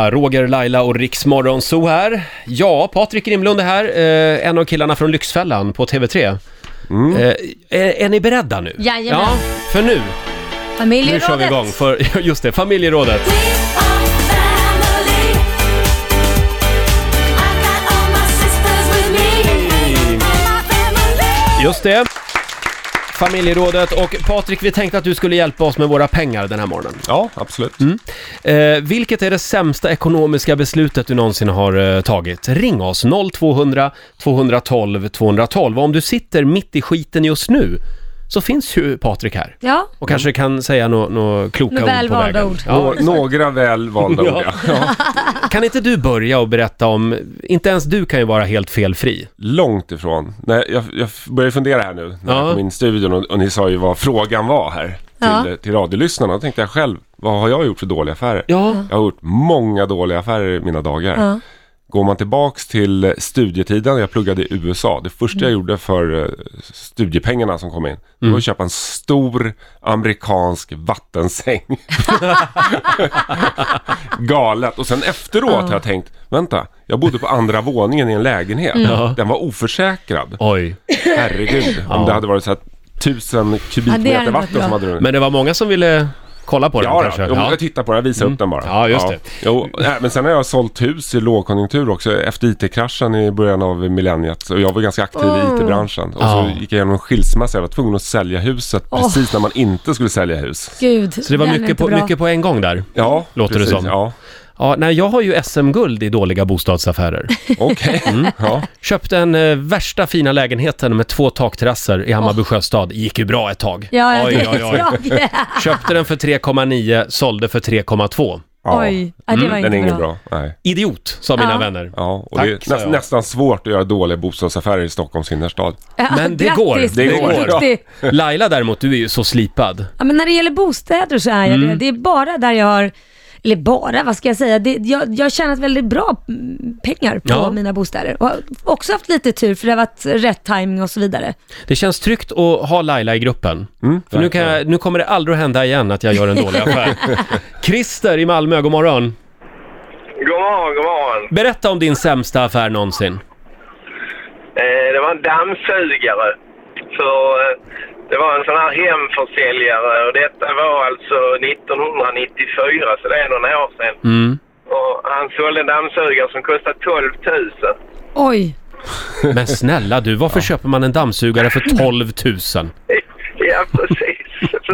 Ja, Roger, Laila och Riksmorgon så här. Ja, Patrik Grimlund är här, eh, en av killarna från Lyxfällan på TV3. Eh, är, är ni beredda nu? Jajamän. Ja, för nu, nu Familjerådet. kör vi igång. För, just det, familjerådet. Just det. Familjerådet och Patrik, vi tänkte att du skulle hjälpa oss med våra pengar den här morgonen. Ja, absolut. Eh, vilket är det sämsta ekonomiska beslutet du någonsin har eh, tagit? Ring oss, 0200 212 212. Och om du sitter mitt i skiten just nu, så finns ju Patrik här. Ja, Och kanske kan säga några nå kloka ord Nå- på vägen. väl valda ord. Ja. Nå- några väl valda ord, ja. Kan inte du börja och berätta om, inte ens du kan ju vara helt felfri. Långt ifrån. Nej, jag, jag börjar fundera här nu när Ja. jag kom in i studion och, och ni sa ju vad frågan var här till, eh, Ja. till radiolyssnarna. Då tänkte jag själv, vad har jag gjort för dåliga affärer? Ja. Jag har gjort många dåliga affärer i mina dagar. Ja. Går man tillbaks till studietiden, jag pluggade i USA, det första Mm. jag gjorde för eh, studiepengarna som kom in, det var att köpa en stor amerikansk vattensäng. Galet. Och sen efteråt har jag tänkt, vänta, jag bodde på andra våningen i en lägenhet. Den var oförsäkrad. Oj. Herregud, om det hade varit så här tusen kubikmeter hade varit vatten bra. som hade runnit. Men det var många som ville kolla på den Ja, kanske? Mm. ja. Jo, jag tittar på den, jag visar upp den bara. Ja, just det. Jo, nej, men sen har jag sålt hus i lågkonjunktur också efter IT-kraschen i början av millenniet. Och jag var ganska aktiv i IT-branschen. Och Ja. så gick jag igenom en skilsmässa. Jag var tvungen att sälja huset precis när man inte skulle sälja hus. gud. Så det var den är mycket inte på, bra. mycket på en gång där? Ja, Låter det precis, som. Ja, Ja, nej, jag har ju SM-guld i dåliga bostadsaffärer. okej. Mm. Ja. Köpte den eh, värsta fina lägenheten med två takterrasser i Hammarby sjöstad. Gick ju bra ett tag. Ja, ja, Oj, det är oj, oj. oj. Köpte den för 3,9, sålde för 3,2. Ja. Oj, ja, det Mm. var Den är inte ingen bra. bra. Nej. Idiot, sa mina Ja. vänner. Ja, och Tack, det är sa näs- jag. nästan svårt att göra dåliga bostadsaffärer i Stockholms innerstad. Ja, Men det grattis, går, det du är går. duktig. Laila däremot, du är ju så slipad. Ja, men när det gäller bostäder så är jag Mm. det. Det är bara där jag har, eller bara, vad ska jag säga? Det, jag, jag har tjänat väldigt bra mm, pengar på Ja. mina bostäder. Och har också haft lite tur för det har varit rätt timing och så vidare. Det känns tryggt att ha Laila i gruppen. för nu, kan jag, nu kommer det aldrig att hända igen att jag gör en dålig affär. Christer i Malmö, god morgon. God morgon, god morgon. Berätta om din sämsta affär någonsin. Eh, det var en dammsugare. Så, eh, det var en sån här hemförsäljare och detta var alltså 1994, så det är några år sedan. Mm. Och han sålde en dammsugare som kostade 12 000. Oj, Men snälla du, varför köper man en dammsugare för 12 000? ja, precis.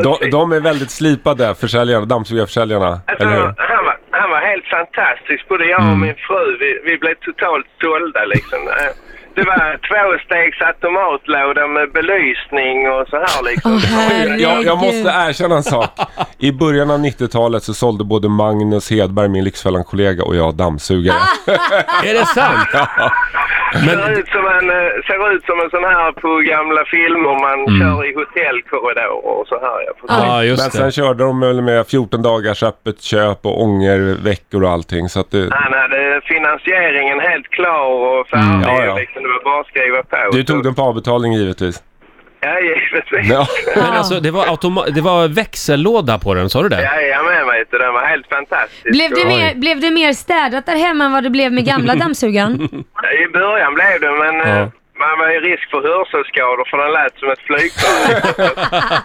De, precis. de är väldigt slipade, försäljarna, dammsugarförsäljarna. Alltså, eller hur? Mm. han, var, han var helt fantastisk, både jag och min fru. Vi, vi blev totalt sålda liksom. Eh, Det var tvåstegs automatlåda med belysning och så här liksom. åh Jag, jag herregud. måste erkänna en sak. I början av 90-talet så sålde både Magnus Hedberg, min Lyxfällan-kollega, och jag dammsugare. Är det sant? Ser, ut som en, eh, ser ut som en sån här på gamla filmer man kör i hotellkorridorer och så här. Ja, precis. Ja, Men just sen det. körde de väl med 14 dagars öppet köp och ångerveckor och allting. Så att det, Han hade finansieringen helt klar och färdig. Mm. Ja, ja. Liksom, det var bara att skriva på. du tog den på avbetalning givetvis. Ja, givetvis. Ja. Men alltså, det var, automa- det var växellåda på den, sa du det? Jajamän, vet du. Den var helt fantastisk. Blev det, Och mer, blev det mer städat där hemma än vad det blev med gamla dammsugaren? I början blev det, men... eh, Ja. Man var i risk för hörselskador för den lät som ett flygplan.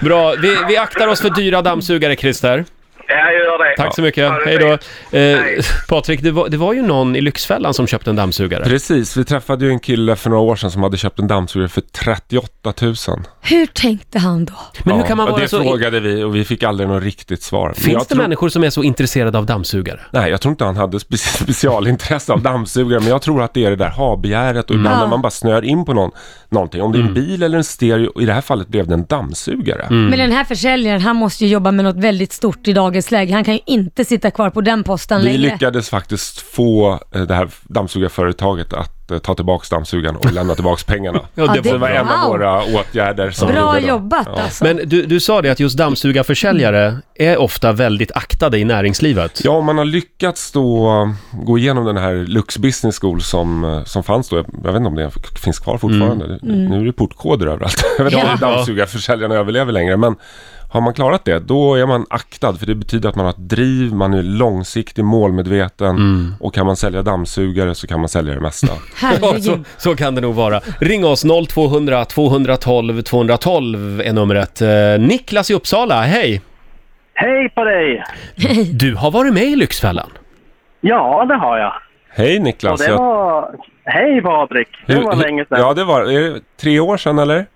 Bra, vi, vi aktar oss för dyra dammsugare, Christer. Jag gör det. Tack så mycket, Ha det hej då. fint. Eh, Hej. Patrik, det var, det var ju någon i Lyxfällan som köpte en dammsugare. Precis, vi träffade ju en kille för några år sedan som hade köpt en dammsugare för 38 000. Hur tänkte han då? Men hur kan man Ja, vara det så... frågade vi och vi fick aldrig något riktigt svar. Men jag Finns det tror- människor som är så intresserade av dammsugare? Nej, jag tror inte han hade spe specialintresse av dammsugare, men jag tror att det är det där ha-begäret och ibland Ja. Mm. när man bara snör in på någon, någonting. Om det är en bil eller en stereo, och i det här fallet blev det en dammsugare. Men den här försäljaren, han måste ju jobba med något väldigt stort i dagens läge. Han kan ju inte sitta kvar på den posten Vi längre. lyckades faktiskt få eh, det här dammsugarföretaget att eh, ta tillbaka dammsugaren och lämna tillbaka pengarna. Ja, det Det var en av Wow. våra åtgärder. Som vi Bra gjorde då. jobbat alltså. Men du, du sa det att just dammsugarförsäljare är ofta väldigt aktade i näringslivet. Ja, om man har lyckats då eh, gå igenom den här Lux Business School som, eh, som fanns då. Jag jag vet inte om det finns kvar fortfarande. Nu är det portkoder överallt. Jag vet inte om Mm. Ja. dammsugarförsäljarna överlever längre. Men Har man klarat det, då är man aktad. För det betyder att man har ett driv, man är långsiktig, målmedveten. Mm. Och kan man sälja dammsugare så kan man sälja det mesta. Ja, så, Herregud. så kan det nog vara. Ring oss, 0200 212 212 är numret. Eh, Niklas i Uppsala, hej! Hej på dig! Du har varit med i Lyxfällan. Ja, det har jag. Hej Niklas! Och det jag- var... Hej Patrik! Det hur- var hur- länge sedan. Ja, Ja, det var är det. Tre år sedan eller?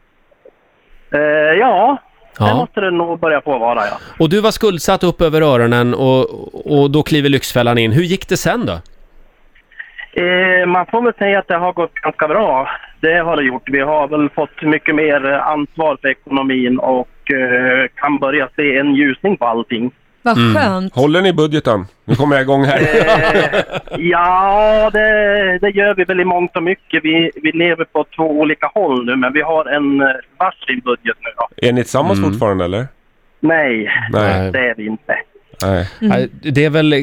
Eh, ja det Ja. måste det nog börja på vara, ja. Och du var skuldsatt upp över öronen och, och då kliver Lyxfällan in. Hur gick det sen då? Eh, man får väl säga att det har gått ganska bra. Det har det gjort. Vi har väl fått mycket mer eh, ansvar för ekonomin och eh, kan börja se en ljusning på allting. Vad skönt. Håller ni budgeten? Nu kommer jag igång här. Ja, det, det gör vi väl i mångt och mycket. Vi, vi lever på två olika håll nu, men vi har en eh, varsin budget nu. Då. Är ni tillsammans fortfarande eller? Nej, Nej. Mm. Nej. det är vi inte. Nej. Nej, Det, är väl,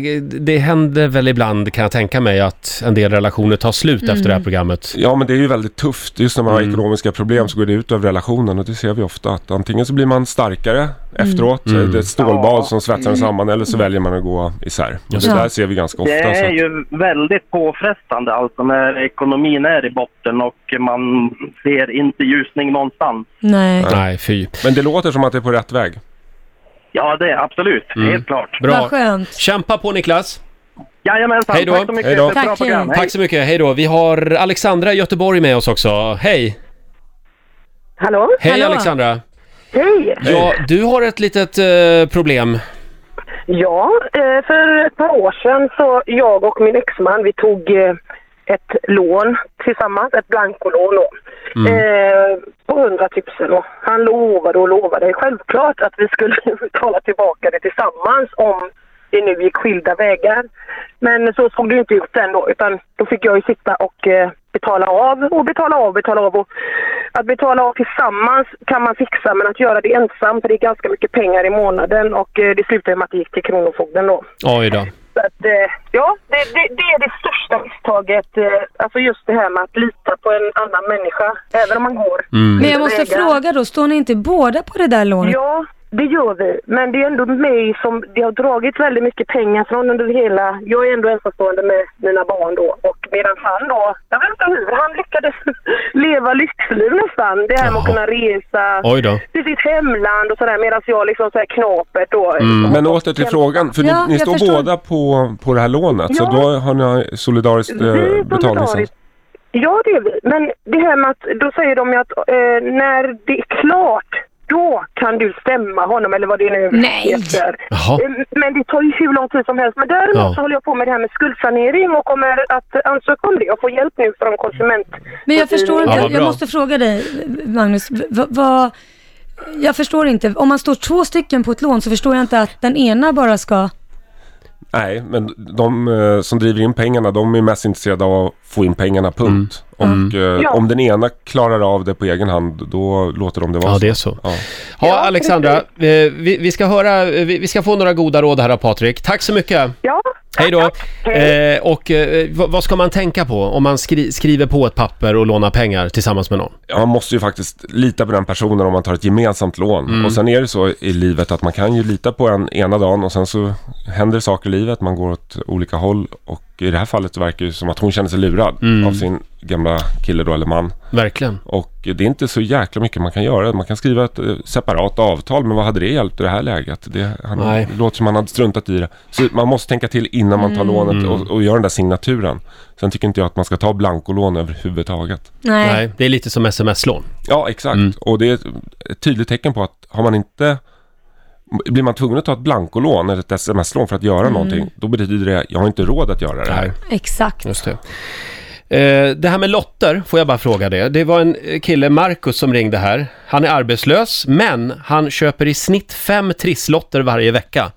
det händer väl ibland kan jag tänka mig att en del relationer tar slut efter det här programmet. Ja, men det är ju väldigt tufft. Just när man Mm. har ekonomiska problem så går det ut över relationen och det ser vi ofta. Att antingen så blir man starkare efteråt, Mm. det är ett stålbad som svetsar en samman eller så väljer man att gå isär. Och det det. där ser vi ganska ofta. Det så är att, ju väldigt påfrestande alltså när ekonomin är i botten och man ser inte ljusning någonstans. Nej. Nej, fy. men det låter som att det är på rätt väg. Ja, det är absolut. Mm. Helt klart. Bra. Vad skönt. Kämpa på Niklas! Jajamensan, Hej då. tack så mycket Hej då. för ett bra Tack, hej. program. Tack så mycket, hej då. Vi har Alexandra i Göteborg med oss också. Hej! Hallå? Hej Hallå. Alexandra! Hej! Ja, du har ett litet eh, problem. Ja, eh, för ett par år sedan så jag och min exman vi tog eh, ett lån tillsammans, ett blankolån då, eh, på 100 000 och han lovade och lovade självklart att vi skulle betala tillbaka det tillsammans om det nu gick skilda vägar. Men så såg det ju inte ut sen då utan då fick jag ju sitta och eh, betala av och betala av och betala av. Och att betala av tillsammans kan man fixa men att göra det ensam för det är ganska mycket pengar i månaden och eh, det slutade med att det gick till Kronofogden då. Oj då. Så att, eh, ja, det, det, det är det största misstaget. Eh, alltså just det här med att lita på en annan människa, även om man går. Men jag måste Vägar. fråga då, står ni inte båda på det där lånet? Ja, det gör vi. Men det är ändå mig som, det har dragit väldigt mycket pengar från under hela, jag är ändå ensamstående med mina barn då. Och medan han då, jag vet inte hur, han lyckades leva lyxliv nästan. Det här med att Jaha. kunna resa Oj då. till sitt hemland och sådär medan jag liksom såhär knapert då. Mm. Men åter till frågan, för Ja, ni, ni jag står förstår. båda på, på det här lånet så Ja. då har ni solidariskt eh, betalningsansvar. solidariskt. Ja, det är vi. Men det här med att, då säger de ju att eh, när det är klart, då kan du stämma honom eller vad det nu Nej. heter. Jaha. Eh, Men det tar ju hur lång tid som helst. Men däremot Ja. så håller jag på med det här med skuldsanering och kommer att ansöka om det och få hjälp nu från konsument. Men jag förstår inte, Ja, vad bra. jag måste fråga dig Magnus, v- v- vad... Jag förstår inte, om man står två stycken på ett lån så förstår jag inte att den ena bara ska... Nej, men de eh, som driver in pengarna, de är mest intresserade av att få in pengarna, punkt. Mm. Och eh, Ja. om den ena klarar av det på egen hand, då låter de det vara Ja, det är så. Ja. Ja, Alexandra, eh, vi, vi ska höra, eh, vi, vi ska få några goda råd här av Patrik. Tack så mycket! Ja, Hej då! Hej. Eh, och eh, vad, vad ska man tänka på om man skri skriver på ett papper och lånar pengar tillsammans med någon? Ja, Man måste ju faktiskt lita på den personen om man tar ett gemensamt lån. Och sen är det så i livet att man kan ju lita på en ena dagen och sen så händer saker i livet, man går åt olika håll. Och i det här fallet så verkar det ju som att hon känner sig lurad av sin gamla kille då, eller man. Verkligen. Och det är inte så jäkla mycket man kan göra. Man kan skriva ett eh, separat avtal, men vad hade det hjälpt i det här läget? Det, han, Nej. det låter som han hade struntat i det. Så man måste tänka till innan man tar lånet och, och gör den där signaturen. Sen tycker inte jag att man ska ta blankolån överhuvudtaget. Nej. Nej, det är lite som sms-lån. Ja, exakt. Mm. Och det är ett tydligt tecken på att har man inte blir man tvungen att ta ett blankolån eller ett sms-lån för att Mm. göra någonting, då betyder det jag har inte råd att göra det här. Nej. Exakt. Just det. Eh, Det här med lotter, får jag bara fråga det. Det var en eh, kille, Marcus, som ringde här. Han är arbetslös, men han köper i snitt fem trisslotter varje vecka.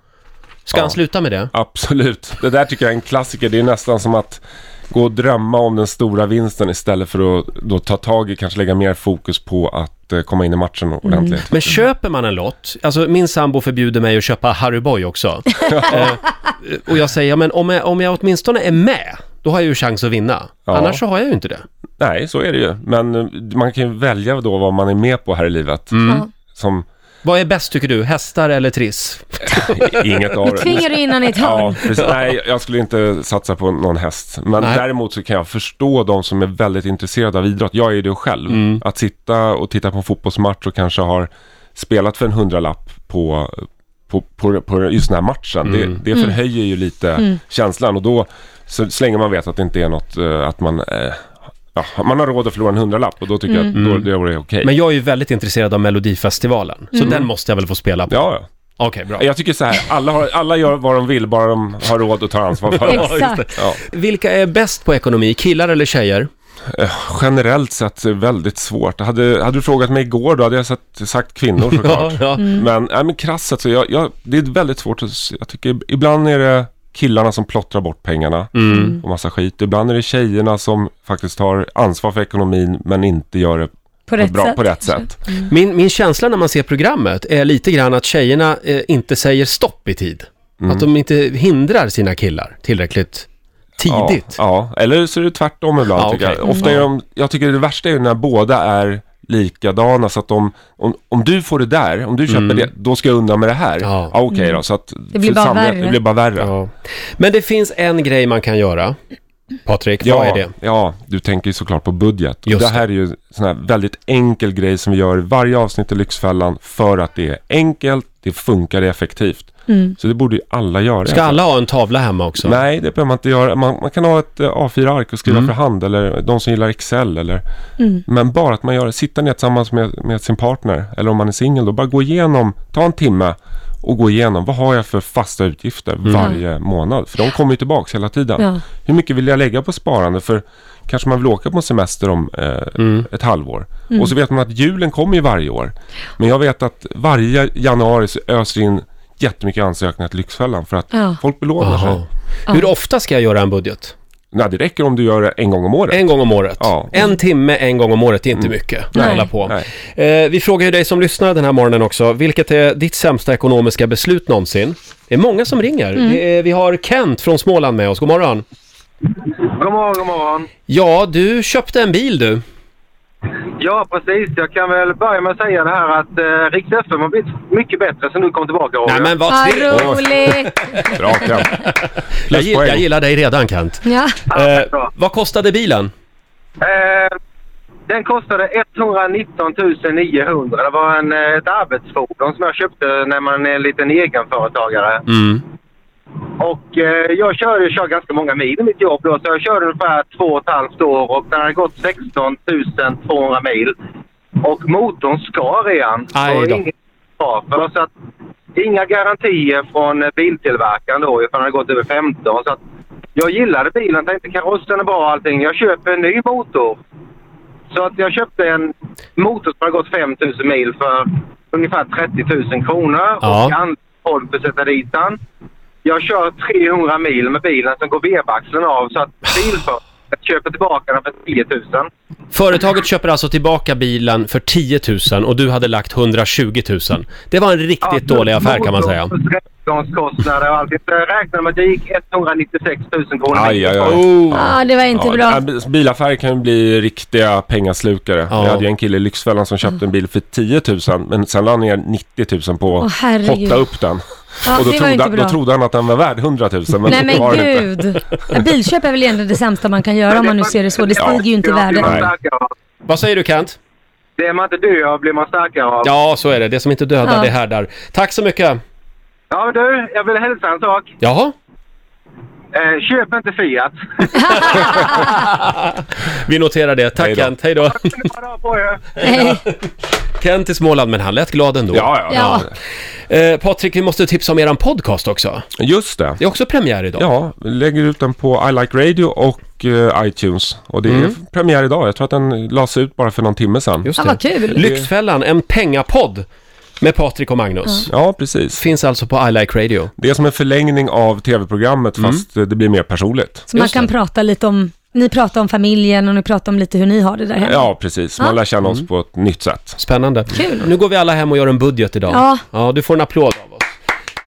Ska Ja. han sluta med det? Absolut. Det där tycker jag är en klassiker. Det är nästan som att gå och drömma om den stora vinsten istället för att då ta tag i, kanske lägga mer fokus på att eh, komma in i matchen Mm. ordentligt. Men köper man en lott, alltså min sambo förbjuder mig att köpa Harry Boy också. eh, och jag säger, ja, men om jag, om jag åtminstone är med, då har jag ju chans att vinna. Ja. Annars så har jag ju inte det. Mm. Nej, så är det ju. Men eh, man kan ju välja då vad man är med på här i livet. Ja. Som Vad är bäst tycker du, hästar eller triss? Inget av det. Tvingar du in honom i ett Ja, hörn? precis. Nej, jag skulle inte satsa på någon häst. Men Nej. däremot så kan jag förstå de som är väldigt intresserade av idrott. Jag är ju det själv. Att sitta och titta på en fotbollsmatch och kanske har spelat för en hundralapp på, på, på, på just den här matchen. Det, det förhöjer ju lite känslan och då, så, så länge man vet att det inte är något, eh, att man, eh, ja, man har råd att förlora en hundralapp och då tycker jag att då, då är det okej. Men jag är ju väldigt intresserad av Melodifestivalen, så den måste jag väl få spela på? Mm. Ja, ja. Okej, bra. Jag tycker så här, alla, har, alla gör vad de vill bara de har råd och tar ansvar för det. Exakt. Ja. Vilka är bäst på ekonomi, killar eller tjejer? Generellt sett är det väldigt svårt. Hade, hade du frågat mig igår då hade jag sagt, sagt kvinnor såklart. ja. Mm. Men, nej, men krasst sett så jag, jag, det är väldigt svårt. att s- Jag tycker ibland är det killarna som plottrar bort pengarna Mm. Mm. och massa skit. Ibland är det tjejerna som faktiskt tar ansvar för ekonomin men inte gör det På rätt bra sätt. på rätt sätt. Min, min känsla när man ser programmet är lite grann att tjejerna eh, inte säger stopp i tid. Mm. Att de inte hindrar sina killar tillräckligt Ja, tidigt. ja, eller så är det tvärtom ibland Ja, tycker okej. jag. Ofta är de, jag tycker det värsta är när båda är likadana så att de, om, om du får det där, om du köper det, då ska jag undan med det här. Mm. Ja. Ja, okej då. Så att det Mm. blir bara värre. Det blir bara värre. Ja. Men det finns en grej man kan göra. Patrik, vad är det? ja, du tänker ju såklart på budget. Och Just det här är ju en sån här väldigt enkel grej som vi gör i varje avsnitt i Lyxfällan för att det är enkelt, det funkar det är effektivt. Mm. Så det borde ju alla göra. Ska alla ha en tavla hemma också? Nej, det behöver man inte göra. Man, man kan ha ett eh, A4-ark och skriva för hand eller de som gillar Excel. Eller, Mm. Men bara att man gör det. Sitta ner tillsammans med, med sin partner eller om man är singel då. Bara gå igenom, ta en timme och gå igenom. Vad har jag för fasta utgifter varje månad? För de kommer ju tillbaka hela tiden. Ja. Hur mycket vill jag lägga på sparande? För kanske man vill åka på en semester om eh, ett halvår. Mm. Och så vet man att julen kommer ju varje år. Men jag vet att varje januari så öser in jättemycket ansökningar till Lyxfällan för att Ja. folk belånar sig. Jaha. Hur ofta ska jag göra en budget? Nej, det räcker om du gör det en gång om året. En gång om året. Ja. En timme en gång om året, det är inte mycket att Nej. hålla på. Eh, vi frågar ju dig som lyssnar den här morgonen också, vilket är ditt sämsta ekonomiska beslut någonsin? Det är många som ringer. Det är, vi har Kent från Småland med oss, god morgon. God morgon, god morgon. Ja, du köpte en bil du. Ja, precis. Jag kan väl börja med att säga det här att eh, Rix FM har blivit mycket bättre sen du kom tillbaka, Roger. Nej men vad Vad trevligt. roligt! Bra Kent. Jag, gill- Pluspoäng. jag gillar dig redan Kent. Ja. Eh, tack bra. vad kostade bilen? Eh, den kostade 119 900. Det var en, eh, ett arbetsfordon som jag köpte när man är en liten egenföretagare. Mm. Och eh, jag körde, jag kör ganska många mil i mitt jobb då, så jag körde ungefär två och ett halvt år och den hade gått 16 200 mil. Och motorn skar igen. Aj Och då. inget bra för så att, inga garantier från eh, biltillverkaren då, ifall den hade gått över 15. Så att, jag gillade bilen, tänkte karossen är bra och allting. Jag köper en ny motor. Så att jag köpte en motor som hade gått 5 000 mil för ungefär 30 000 kronor. Ja. Och anlitade folk för att sätta dit den. Jag kör 300 mil med bilen, sen går vevaxeln av så att bilföretaget köper tillbaka den för 10 000. Företaget köper alltså tillbaka bilen för 10 000 och du hade lagt 120 000. Det var en riktigt dålig affär kan man säga. Rättegångskostnader och allting. Så jag räknade med att jag gick 196 000 kronor. Aj, aj, aj. Oh. Ja, det var inte Ja, bra. nej, bi- bilaffärer kan ju bli riktiga pengaslukare. Ja. Jag hade ju en kille i Lyxfällan som köpte en bil för 10 000 men sen la han ner 90 000 på Åh, att herregud. hotta upp den. Ja, och då det var ju trodde, inte han- då bra. trodde han att den var värd 100 000 men Nej det var men den inte. gud! Ja, Bilköp är väl egentligen det sämsta man kan göra om man nu ser det så. Det stiger ju inte i värde. Nej. Vad säger du Kent? Det man inte dör av blir man starkare av. Ja. Ja, så är det. Det som inte dödar, Ja. det härdar. Tack så mycket. men du, jag vill hälsa en sak. Jaha? Eh, köp inte Fiat. Vi noterar det. Tack Hej då. Kent, hej då. Bra dag på er. Nej. Kent i Småland, men han lät glad ändå. Ja, ja, Ja. ja. Eh, Patrik, vi måste tipsa om eran podcast också. Just det. Det är också premiär idag. Ja, vi lägger ut den på I Like Radio och eh, iTunes. Och det är premiär idag. Jag tror att den lades ut bara för någon timme sedan. Mm. Just Ja, det. vad kul! Lyxfällan, en pengapodd med Patrik och Magnus. Ja, precis. Finns alltså på I Like Radio. Det är som en förlängning av tv-programmet fast eh, det blir mer personligt. Så man Just kan det. prata lite om, ni pratar om familjen och ni pratar om lite hur ni har det där hemma. Ja, precis. Man Mm. Ja. lär känna oss på ett nytt sätt. Spännande. Kul. Nu går vi alla hem och gör en budget idag. Ja. ja du får en applåd. av oss.